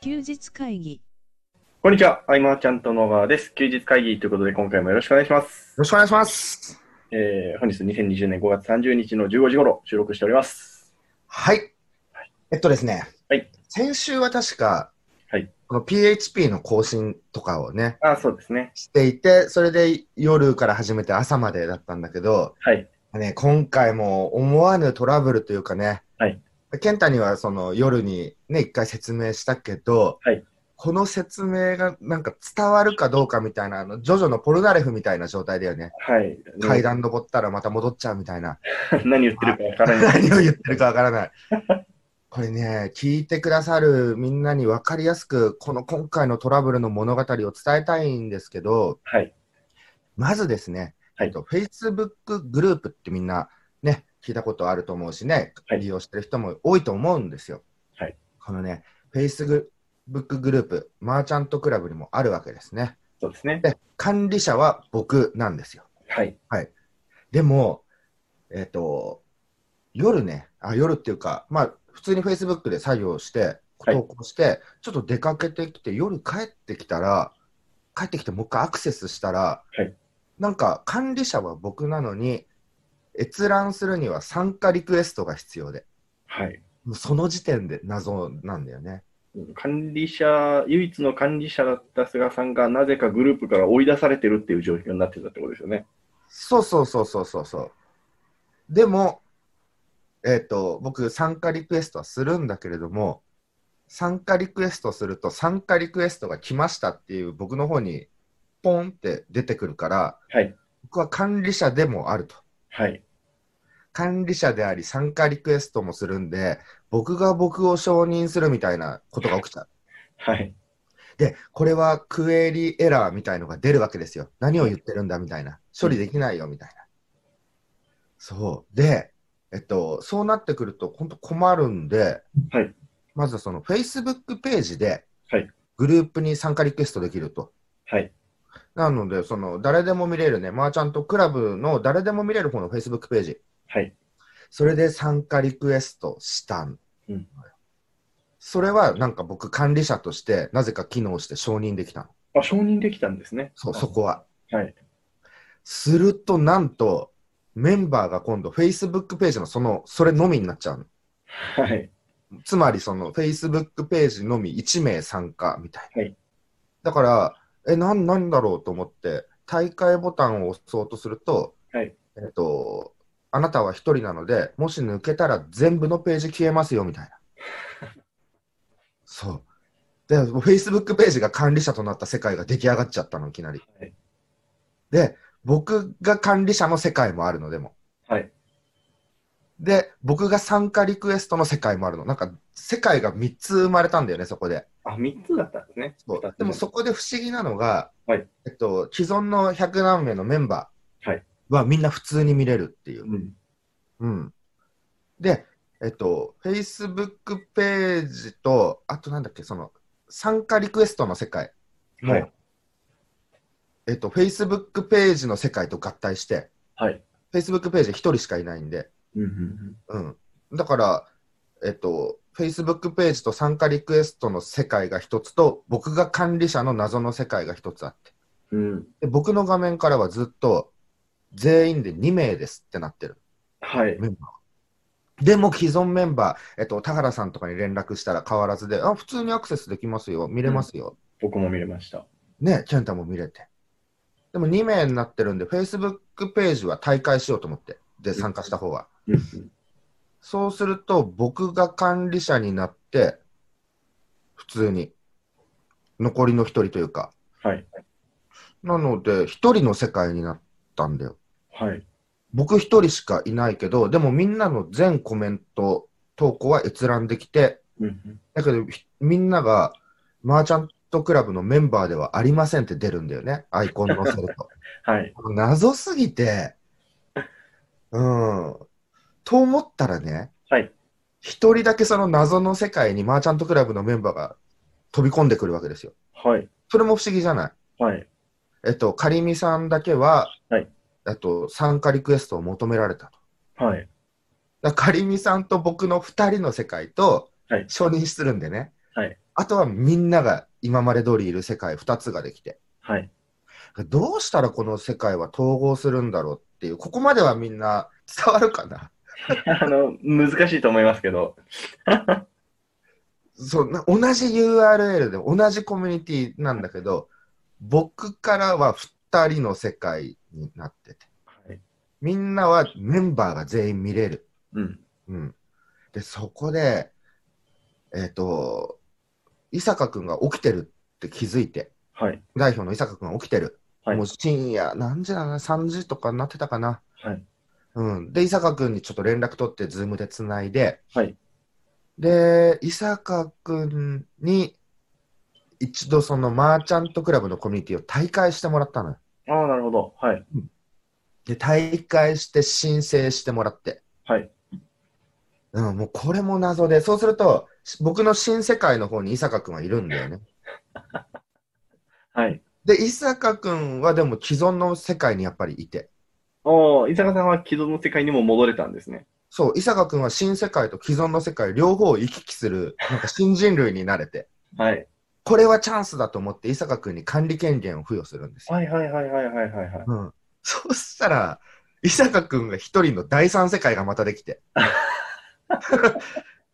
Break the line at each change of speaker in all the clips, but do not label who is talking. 休日会議
こんにちは、相馬ちゃんと野川です。休日会議ということで、今回もよろしくお願いします。
ろしくお願いします。
えー、本日2020年5月30日の15時頃収録しております。
はい。えっとですね。
はい
先週は確か、
はい
この PHP の更新とかをね、
あ、そうですね。
していて、それで夜から始めて朝までだったんだけど、
はい。
ね、今回も思わぬトラブルというかね、
はい
健太にはその夜にね、一回説明したけど、
はい
この説明がなんか伝わるかどうかみたいな、あのジョジョのポルナレフみたいな状態だよね。
はい。
階段登ったらまた戻っちゃうみたいな。
何言ってるかわからない。
何を言ってるかわからない。これね、聞いてくださるみんなに分かりやすく、この今回のトラブルの物語を伝えたいんですけど、
はい。
まずですね、
はい
えっと Facebook グループってみんなね、聞いたことあると思うしね、
はい
利用してる人も多いと思うんですよ。
はい
このね、Facebook グループ、マーチャントクラブにもあるわけですね。
そうですね。
で、管理者は僕なんですよ。
はい。
でも、えっ、と、夜ね、あ、夜っていうか、まあ、普通に Facebook で作業して、
はい
投稿して、ちょっと出かけてきて、夜帰ってきたら、帰ってきてもう一回アクセスしたら、
はい
なんか管理者は僕なのに、閲覧するには参加リクエストが必要で、
はい。
もうその時点で謎なんだよね。
管理者、唯一の管理者だった菅さんが、なぜかグループから追い出されてるっていう状況になってたってことですよね。
そうそうそうそうそうそう。でも、えっ、と、僕、参加リクエストはするんだけれども、参加リクエストすると、参加リクエストが来ましたっていう僕の方に、ポンって出てくるから、
はい。
僕は管理者でもあると。
はい。
管理者であり、参加リクエストもするんで、僕が僕を承認するみたいなことが起きちゃう。
はい。
で、これはクエリエラーみたいのが出るわけですよ。何を言ってるんだみたいな。処理できないよみたいな。そう。で、えっと、そうなってくると本当困るんで、
はい
まずその Facebook ページで
はい、
グループに参加リクエストできると。
はい。
なので、その誰でも見れるね、マーチャントクラブの誰でも見れる方の Facebook ページ、
はい。
それで参加リクエストしたん。
うん
それはなんか僕管理者としてなぜか機能して承認できたの。
あ、承認できたんですね。
そう、そこは。
はい。
すると、なんと、メンバーが今度、Facebook ページのその、それのみになっちゃう
はい。
の。つまり、その、Facebook ページのみ1名参加みたいな。
はい
だから、え、なん、なんだろうと思って、大会ボタンを押そうとすると、
はい
えっと、あなたは一人なので、もし抜けたら全部のページ消えますよ、みたいな。 そう。で、Facebook ページが管理者となった世界が出来上がっちゃったの、いきなり。
はい
で、僕が管理者の世界もあるの、でも。
はい。
で、僕が参加リクエストの世界もあるの。なんか、世界が3つ生まれたんだよね、そこで。
あ、3つだったんですね。
そう
二つ目
でもそこで不思議なのが、
はい
えっと、既存の100何名のメンバ
はい
ーはみんな普通に見れるっていう。
うん。
うん。で、えっと、Facebook ページと、あとなんだっけ、その、参加リクエストの世界も、
はい
えっと、Facebook ページの世界と合体して、
はい。
Facebook ページ1人しかいないんで、
うんうんうん。
うん。だから、えっと、Facebook ページと参加リクエストの世界が一つと、僕が管理者の謎の世界が一つあって。
うん、
で、僕の画面からはずっと、全員で2名ですってなってる。
はい、
メンバー。でも既存メンバー、えっと、田原さんとかに連絡したら変わらずで、あ、普通にアクセスできますよ、見れますよ。
僕も見れました。
ね、健太も見れて。でも2名になってるんで、Facebook ページは大会しようと思って、で、参加した方は。
うん
そうすると、僕が管理者になって、普通に、残りの1人というか、
はい、
なので、1人の世界になったんだよ。
はい、
僕1人しかいないけど、でもみんなの全コメント、投稿は閲覧できて、
うん
だけど、ひみんなが、マーチャントクラブのメンバーではありませんって出るんだよね、アイコンのせると。
はい、
謎すぎて、うん。と思ったらね、
はい、
一人だけその謎の世界にマーチャントクラブのメンバーが飛び込んでくるわけですよ。
はい、
それも不思議じゃない。
はい、
えっと、カリミさんだけは、
はい
えっと、参加リクエストを求められたと。
はい、
だからカリミさんと僕の2人の世界と
はい
承認するんでね、
はい
あとはみんなが今まで通りいる世界2つができて、
はい。
どうしたらこの世界は統合するんだろうっていう、ここまではみんな伝わるかな
あの、難しいと思いますけど。
そうな同じ URL で同じコミュニティなんだけど、僕からは2人の世界になってて、
はい。
みんなはメンバーが全員見れる。
うん。
うん、でそこで、えっと伊坂君が起きてるって気づいて
はい。
代表の伊坂君が起きてる、
はい
もう深夜何時だな3時とかになってたかな、
はい。
うん、で伊坂君にちょっと連絡取ってズームでつないで、
はい
で伊坂君に一度そのマーチャントクラブのコミュニティを退会してもらったのよ
ああ、なるほど。はい。
で退会して申請してもらって
はい。
うん、もうこれも謎で、そうすると、し僕の新世界の方に伊坂君はいるんだよね。
はい。
で、伊坂君はでも既存の世界にやっぱりいて、
おお、伊坂さんは既存の世界にも戻れたんですね。
そう、伊坂君は新世界と既存の世界両方を行き来する、なんか新人類になれて、
はい。
これはチャンスだと思って伊坂君に管理権限を付与するんですよ。
はいはいはいはいはいはいはい。
うん、そうしたら、伊坂君が一人の第三世界がまたで きて。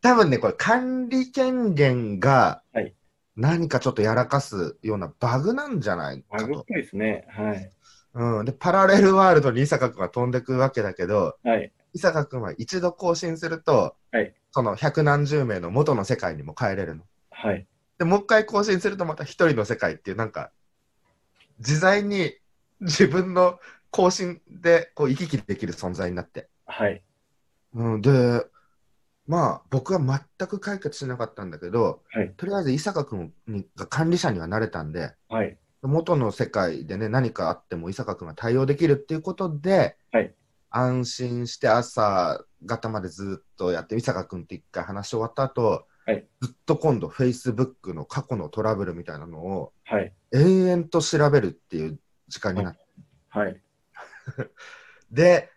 多分ね、これ管理権限が
はい
何かちょっとやらかすようなバグなんじゃない
あ、
か
ごっ
と。
ぽいですね。はい。
うん、で、パラレルワールドに伊坂君が飛んでくわけだけど、
はい。
伊坂君は一度更新すると、
はい
その百何十名の元の世界にも帰れるの。
はい。
で、もう一回更新するとまた一人の世界っていう、なんか、自在に自分の更新でこう行き来できる存在になって。
はい。
うん、で、まあ、僕は全く解決しなかったんだけど、
はい
とりあえず伊坂君が管理者にはなれたんで、
はい。
元の世界でね、何かあっても伊坂君が対応できるっていうことで、
はい
安心して朝方までずっとやって、伊坂君って一回話し終わった後、
はい
ずっと今度、Facebook の過去のトラブルみたいなのを
はい。
延々と調べるっていう時間になって、
はい。
で、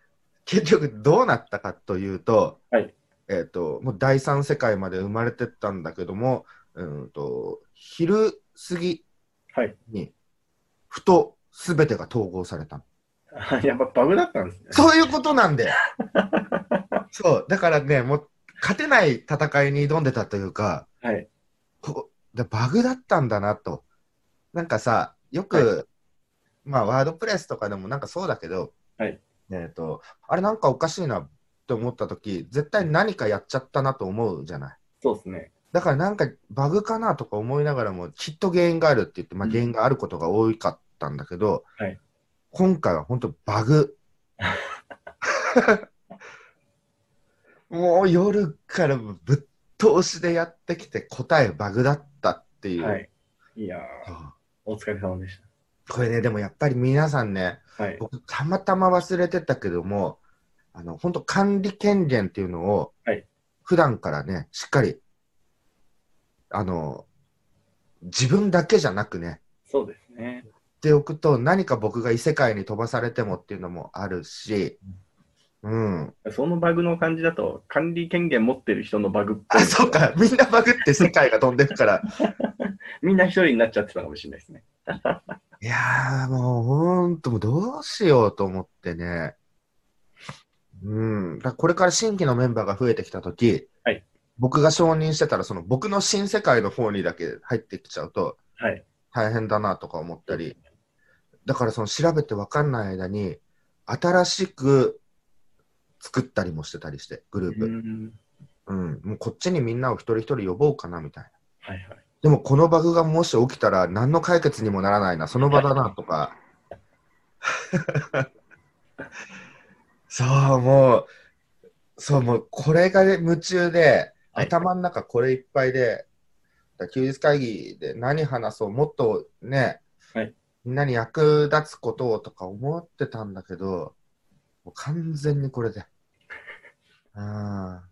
結局どうなったかというと、
はい
えっともう第三世界まで生まれてったんだけども、うんと昼過ぎ
はい。
に、ふと全てが統合されたの。
あ やっぱバグだったんですね。
そういうことな んで。そう、だからね、もう勝てない戦いに挑んでたというか、
はい。
こでバグだったんだなと。なんかさ、よく、
は
まあ、ワードプレスとかでもなんかそうだけど、
はい
えーと、あれなんかおかしいなって思ったとき、絶対何かやっちゃったなと思うじゃない。
そうですね。
だからなんかバグかなとか思いながらも、きっと原因があるって言って、まあ、
うん
原因があることが多かったんだけど、
はい
今回は本当バ グ。もう夜からぶっ通しでやってきて答えバグだったっていう。
はい。いやー、
そう
お疲れ様でし
これね、でもやっぱり皆さんね、
た。はい。
僕たまたま忘れてたけども、あの、本当管理権限っていうのを、
はい
普段からね、しっかり、あの、自分だけじゃなくね、
そうですね。
っておくと、何か僕が異世界に飛ばされてもっていうのもあるし、うん。
そのバグの感じだと、管理権限持ってる人のバグっぽ
あ、
い。
そう。か、みんなバグって世界が飛んでるから。
みんな一人になっちゃってたかもしれないですね。
いやー、もうほんと、もうどうしようと思ってね。うん。だからこれから新規のメンバーが増えてきたとき、
はい
僕が承認してたら、その僕の新世界の方にだけ入ってきちゃうと
はい。
大変だなとか思ったり、だからその調べてわかんない間に、新しく作ったりもしてたりして、グルー
う
プ。
ん。
うん。もうこっちにみんなを一人一人呼ぼうかなみたい
は
な。
いはい。
でもこのバグがもし起きたら何の解決にもならないな、その場だなとか。そう、もう、そう、もうこれが、ね、夢中
はい
で、頭の中これいっぱいで、だから休日会議で何話そう、もっとね、
はい
みんなに役立つことをとか思ってたんだけど、もう完全にこれで。あ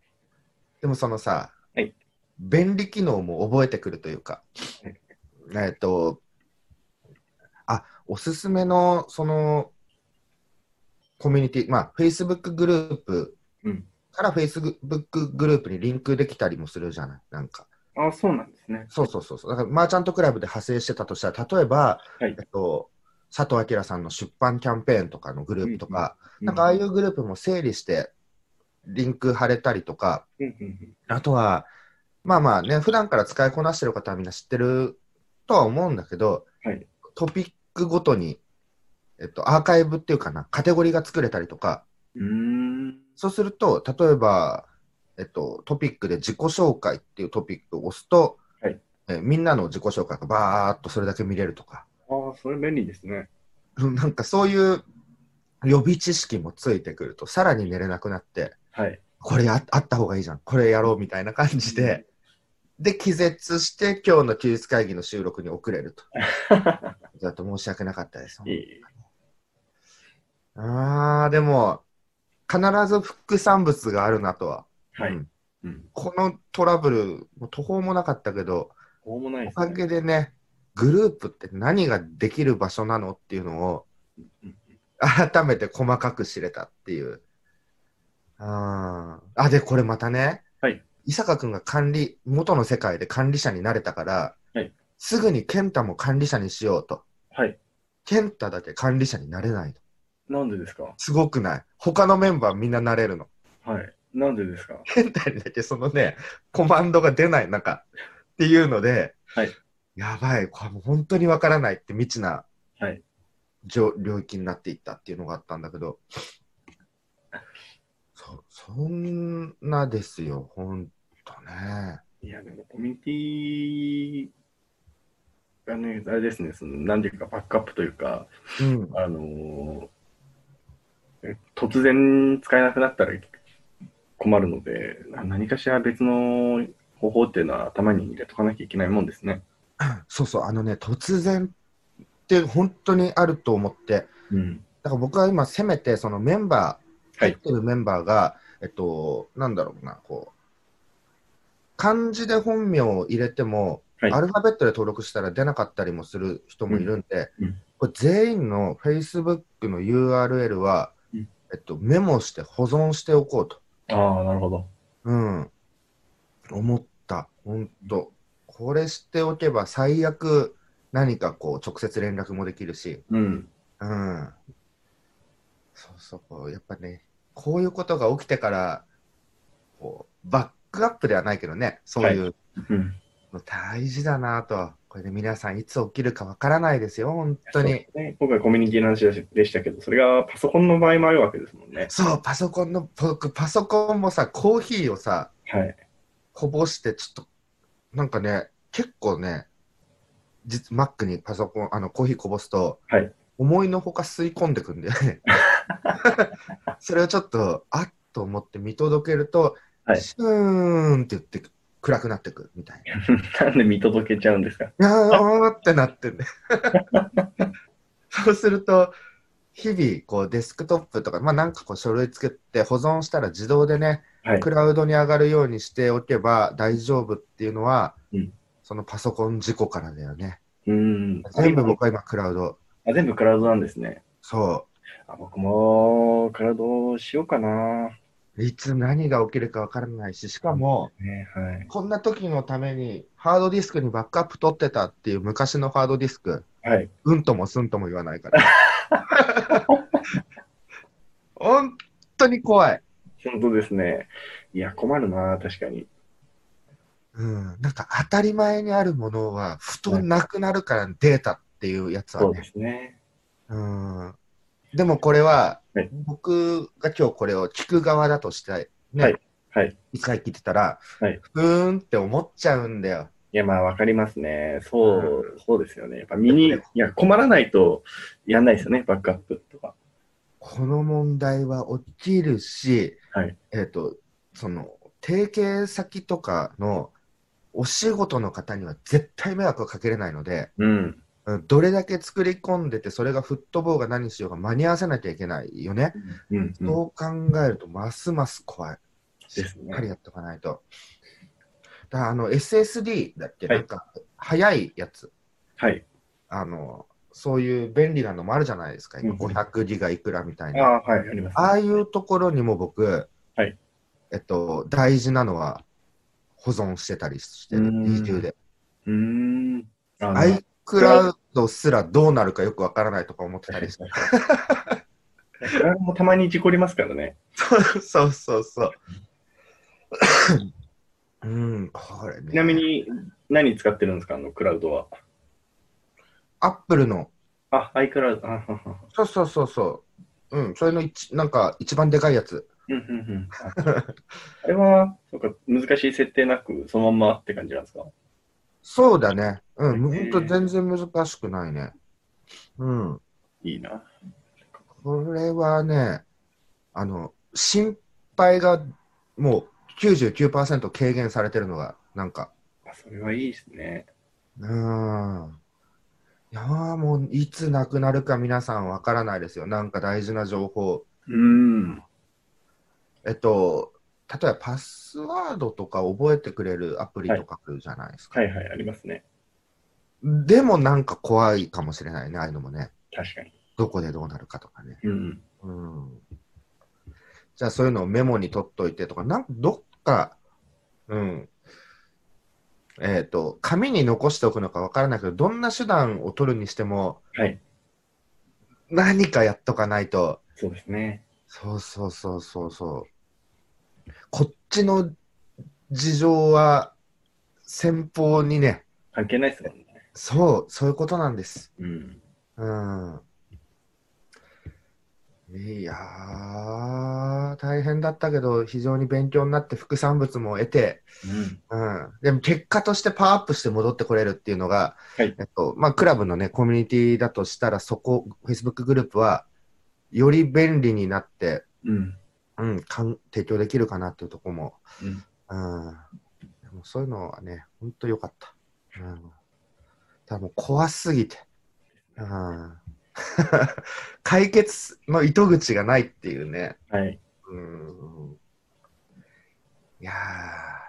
ーでもそのさ、
はい
便利機能も覚えてくるというか、
はい
えっと、あ、おすすめの、その、コミュニティ、まあ、Facebook グループ
うん。
から Facebook グループにリンクできたりもするじゃない、なんか。
ああ、そうなんですね。
そうそうそうそう。だから、マーチャントクラブで派生してたとしたら、例えば、
はい
えっと、佐藤明さんの出版キャンペーンとかのグループとか、
う
なんかああいうグループも整理して、リンク貼れたりとか、
うんうん
あとは、まあまあね、普段から使いこなしてる方はみんな知ってるとは思うんだけど、
はい
トピックごとに、えっと、アーカイブっていうかな、カテゴリーが作れたりとか、
うん。うーん。
そうすると、例えば、えっと、トピックで自己紹介っていうトピックを押すと、
はい
えみんなの自己紹介がバーっとそれだけ見れるとか、
ああ、それ便利ですね。
なんかそういう予備知識もついてくると、さらに寝れなくなって、
はい。
これやあった方がいいじゃん、これやろうみたいな感じで、で、気絶して、今日の休日会議の収録に遅れると。ちょっと申し訳なかったです。
いい
あー、でも、必ず副産物があるなとは。
は
う
い
ん。
うん。
このトラブル、もう途方もなかったけど、
こうもない
お
で
か
すね。
げでね、グループって何ができる場所なのっていうのを
うん、
改めて細かく知れたっていう。あーあ、で、これまたね、
はい
伊坂君が管理、元の世界で管理者になれたから、
はい
すぐに健太も管理者にしようと。
はい。
健太だけ管理者になれないの。
なんでですか
すごくない。他のメンバーみんななれるの。
はい。なんでですか
健 太にだけそのね、コマンドが出ない中っていうので、
はい
やばい、これもう本当にわからないって未知な、
はい
じょ領域になっていったっていうのがあったんだけど、そそんなですよ、本当ね。
いや、でもコミュニティがね、あれですね、その、なんていうか、バックアップというか、
うん、
あのーえ突然使えなくなったら困るので、な何かしら別の方法っていうのは頭に入れとかなきゃいけないもんですね。
そうそう、あのね、突然って本当にあると思って、
うん。
だから僕は今、せめてそのメンバー、
は
入
い
ってるメンバーが、えっと、なんだろうな、こう、漢字で本名を入れても、
はい
アルファベットで登録したら出なかったりもする人もいるんで、
うんうん
これ全員の Facebook の URL は、
うん
えっと、メモして保存しておこうと、
ああ、なるほど。
うん、思った、本当、これしておけば最悪、何かこう直接連絡もできるし、
うん。
うんそうそうこう、やっぱね、こういうことが起きてから、こうバックアップではないけどね、そういう
うん。
の大事だなと、これで皆さん、いつ起きるかわからないですよ、本当に。
ね、今回コミュニティの話でしたけど、それがパソコンの場合もあるわけですもんね。
そう、パソコンの、僕、パソコンもさ、コーヒーをさ、
はい。
こぼして、ちょっと、なんかね、結構ね、実マックにパソコン、あのコーヒーこぼすと、
はい
思いのほか吸い込んでくんだよ ね。それをちょっと、あっと思って見届けると、
はい
シューンって言って暗くなってくみたい
なんで見届けちゃうんですか
な。あーってなってんね。 そうすると、日々こうデスクトップとか、まあ、なんかこう書類作って保存したら自動でね、
はい
ク。ラウドに上がるようにしておけば大丈夫っていうのは、
うん
そのパソコン事故からだよね。
うん。
全部僕は今クラウド。
あ全部クラウドなんですね。
そ
あ僕もクラウドしようかな。
う。いつ何が起きるかわからないし、しかも、
ね、はい。
こんな時のためにハードディスクにバックアップ取ってたっていう昔のハードディスク、
はい。
うんともすんとも言わないから。 本当に怖い。
本当ですね。いや、困るな、確かに。
うん、なんか当たり前にあるものは、ふとなくなるからデータっていうやつはね、
そうですね。
うんでもこれは
はい、
僕が今日これを聞く側だとして、ね、
はいはい。
一回聞いてたら、
はい
ふーんって思っちゃうんだよ。
いや、まあ、わかりますね。そう、そうですよね。やっぱ身に、いや、困らないとやんないですよね、バックアップとか。
この問題は起きるし、
はい
えっ、と、その、提携先とかのお仕事の方には絶対迷惑をかけれないので、
うん。
うんどれだけ作り込んでて、それがフットボーが何しようが間に合わせなきゃいけないよね。
うん、うん。
そう考えると、ますます怖い。
です
しっかり
ね。
やっておかないと。だからあの SSD だっけ、
はい
なんか早いやつ
はい。
あの、そういう便利なのもあるじゃないですか、今
うん
500ギガいくらみた
あ
いな。あ
あ、はい、あります、
あいうところにも僕、
はい
えっと、大事なのは保存してたりして
う
る、
ん
二重で。
うーん。あの、
iCloud すらどうなるかよくわからないとか思ってたり して。
クラウドもたまに事故りますからね。
そうそうそう。うん、これね。
ちなみ。に、何使ってるんですか、あの、クラウドは。
アップルの、
あ、iCloud。あははは
そうそうそうそう。うん、それの一、なんか一番でかいやつ。
うんうん うんああれは、そうか、難しい設定なく、そのまんまって感じなんですか
そうだね。うん、
へ
ほん
ー
と全然難しくないね。うん。
いいな。
これはね、あの、心配がもう99%軽減されてるのが、なんか、
あそれはいいですね。
うーん。いやーもういつなくなるか皆さんわからないですよ。なんか大事な情報。
うん。
えっと、例えばパスワードとか覚えてくれるアプリとかあるじゃないですか。
はいはい、ありますね。
でもなんか怖いかもしれないね、ああいうのもね。
確かに。
どこでどうなるかとかね。
うん。
うんじゃあそういうのをメモに取っといてとか、なんかどっか、うん。えっ、と、紙に残しておくのかわからないけど、どんな手段を取るにしても、
はい。
何かやっとかないと、
そうですね。
そうそうそうそうそう。こっちの事情は、先方にね、
関係ないですもんね。
そう、そういうことなんです。
うん。
うんいやー、大変だったけど、非常に勉強になって、副産物も得て、
うん。
うん、でも結果としてパワーアップして戻ってこれるっていうのが、
はい
えっとまあ、クラブの、ね、コミュニティだとしたら、そこ、Facebook グループは、より便利になって、
うん。
うん、かん提供できるかなっていうところも、
うん
うんでもそういうのはね、本当良かった。うん、ただもう怖すぎて、うん、 解決の糸口がないっていうね。
はい。
うん、いや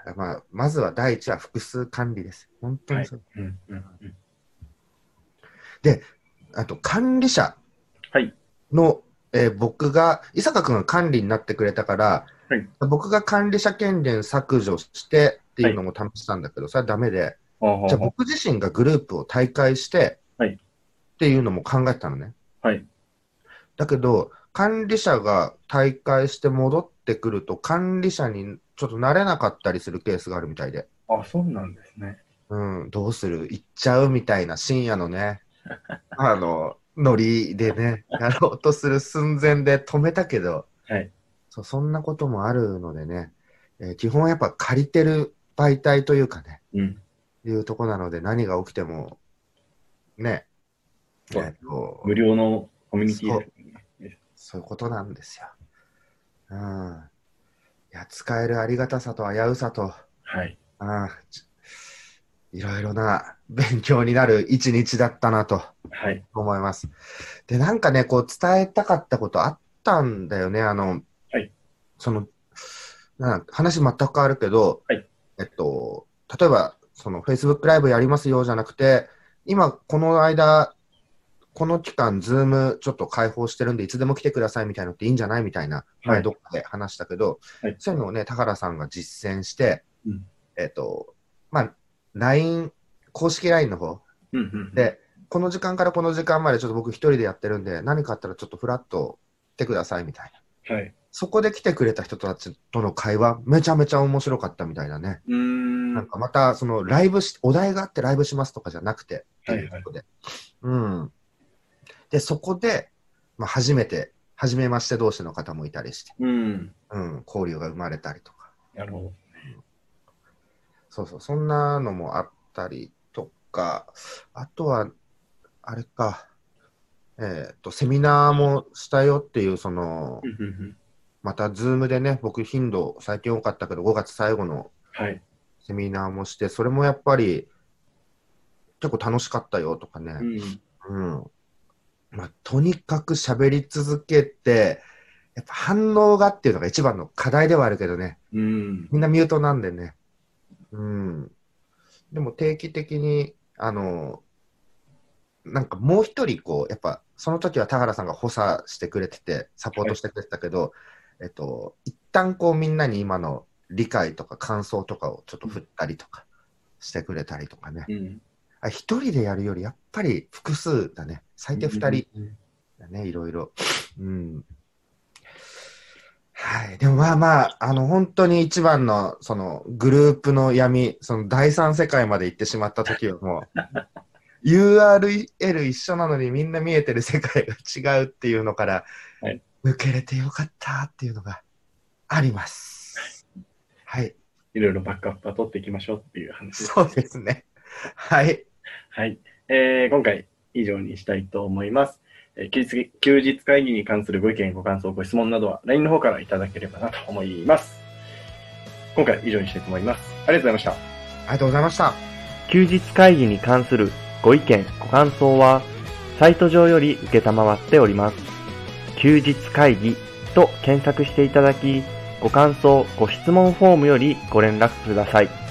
ー、まあ、まずは第一は複数管理です。本当にそう、
うん。うん。うん
あと管理者
はい。
の、えー僕が、伊坂君が管理になってくれたから、
はい
僕が管理者権限削除してっていうのも試したんだけど、それはダメで、
あは
じゃあ
は
僕自身がグループを退会して、
はい
っていうのも考えてたのね。
はい。
だけど、管理者が退会して戻ってくると、管理者にちょっと慣れなかったりするケースがあるみたいで、
あ、そうなんですね。
うん、どうする行っちゃうみたいな深夜の ね、あの、ノリでね、やろうとする寸前で止めたけど、
はい
そうそんなこともあるのでね、えー基本やっぱ借りてる媒体というかね、
うん。
いうとこなので、何が起きても、ね、
そう
えっと
無料のコミュニティですね。
そういうことなんですよ。うん。いや、使えるありがたさと危うさと、
はい。
うんちいろいろな勉強になる一日だったなと
はい。
思います。で、なんかね、こう伝えたかったことあったんだよね、あの、
はい
その、なん話全く変わるけど、
はい
えっと、例えば、その Facebook ライブやりますよじゃなくて、今、この間、この期間、ズームちょっと開放してるんで、いつでも来てくださいみたいなのっていいんじゃないみたいな、
は
前
い
どっかで話したけど、
はい
そういうのをね、田原さんが実践して、
うん
えっと、まあ、LINE、公式 LINE の方、
うん。うん。
で、この時間からこの時間までちょっと僕一人でやってるんで、何かあったらちょっとフラッと来てくださいみたいな。
はい。
そこで来てくれた人たちとの会話、めちゃめちゃ面白かったみたいだね。
うーん。
な
は
んかまた、そのライブし、お題があってライブしますとかじゃなくて、
いはい。
そこで。うん。で、そこで、まあ、初めて、初めまして同士の方もいたりして、
うん。
うん、交流が生まれたりとか。
なるほど。
そうそう、そんなのもあったりとか、あとは、あれか、えっ、と、セミナーもしたよっていう、その
う、んうんうん。
また、ズームでね、僕、頻度、最近多かったけど、5月最後の
はい。
セミナーもして、それもやっぱり、結構楽しかったよとかね、
うん。
うん。まあ、とにかく喋り続けて、やっぱ反応がっていうのが一番の課題ではあるけどね、
うん。
みんなミュートなんでね。うん。でも定期的に、あの、なんかもう一人、こう、やっぱ、その時は田原さんが補佐してくれてて、サポートしてくれてたけど、えっと、一旦こうみんなに今の理解とか感想とかをちょっと振ったりとかしてくれたりとかね。
うん。
あ一人でやるよりやっぱり複数だね。最低二人だね、いろいろ。うん。はい。でもまあまあ、あの、本当に一番の、その、グループの闇、その、第三世界まで行ってしまった時はもう、URL 一緒なのにみんな見えてる世界が違うっていうのから、
はい
抜けれてよかったっていうのがあります。はい。
いろいろバックアップは取っていきましょうっていう話です。
そうですね。はい。
はい、えー今回以上にしたいと思います、えー休日。休日会議に関するご意見、ご感想、ご質問などは LINE の方からいただければなと思います。今回以上にしたいと思います。ありがとうございました。
ありがとうございました。
休日会議に関するご意見、ご感想は、サイト上より受けたまわっております。休日会議と検索していただき、ご感想、ご質問フォームよりご連絡ください。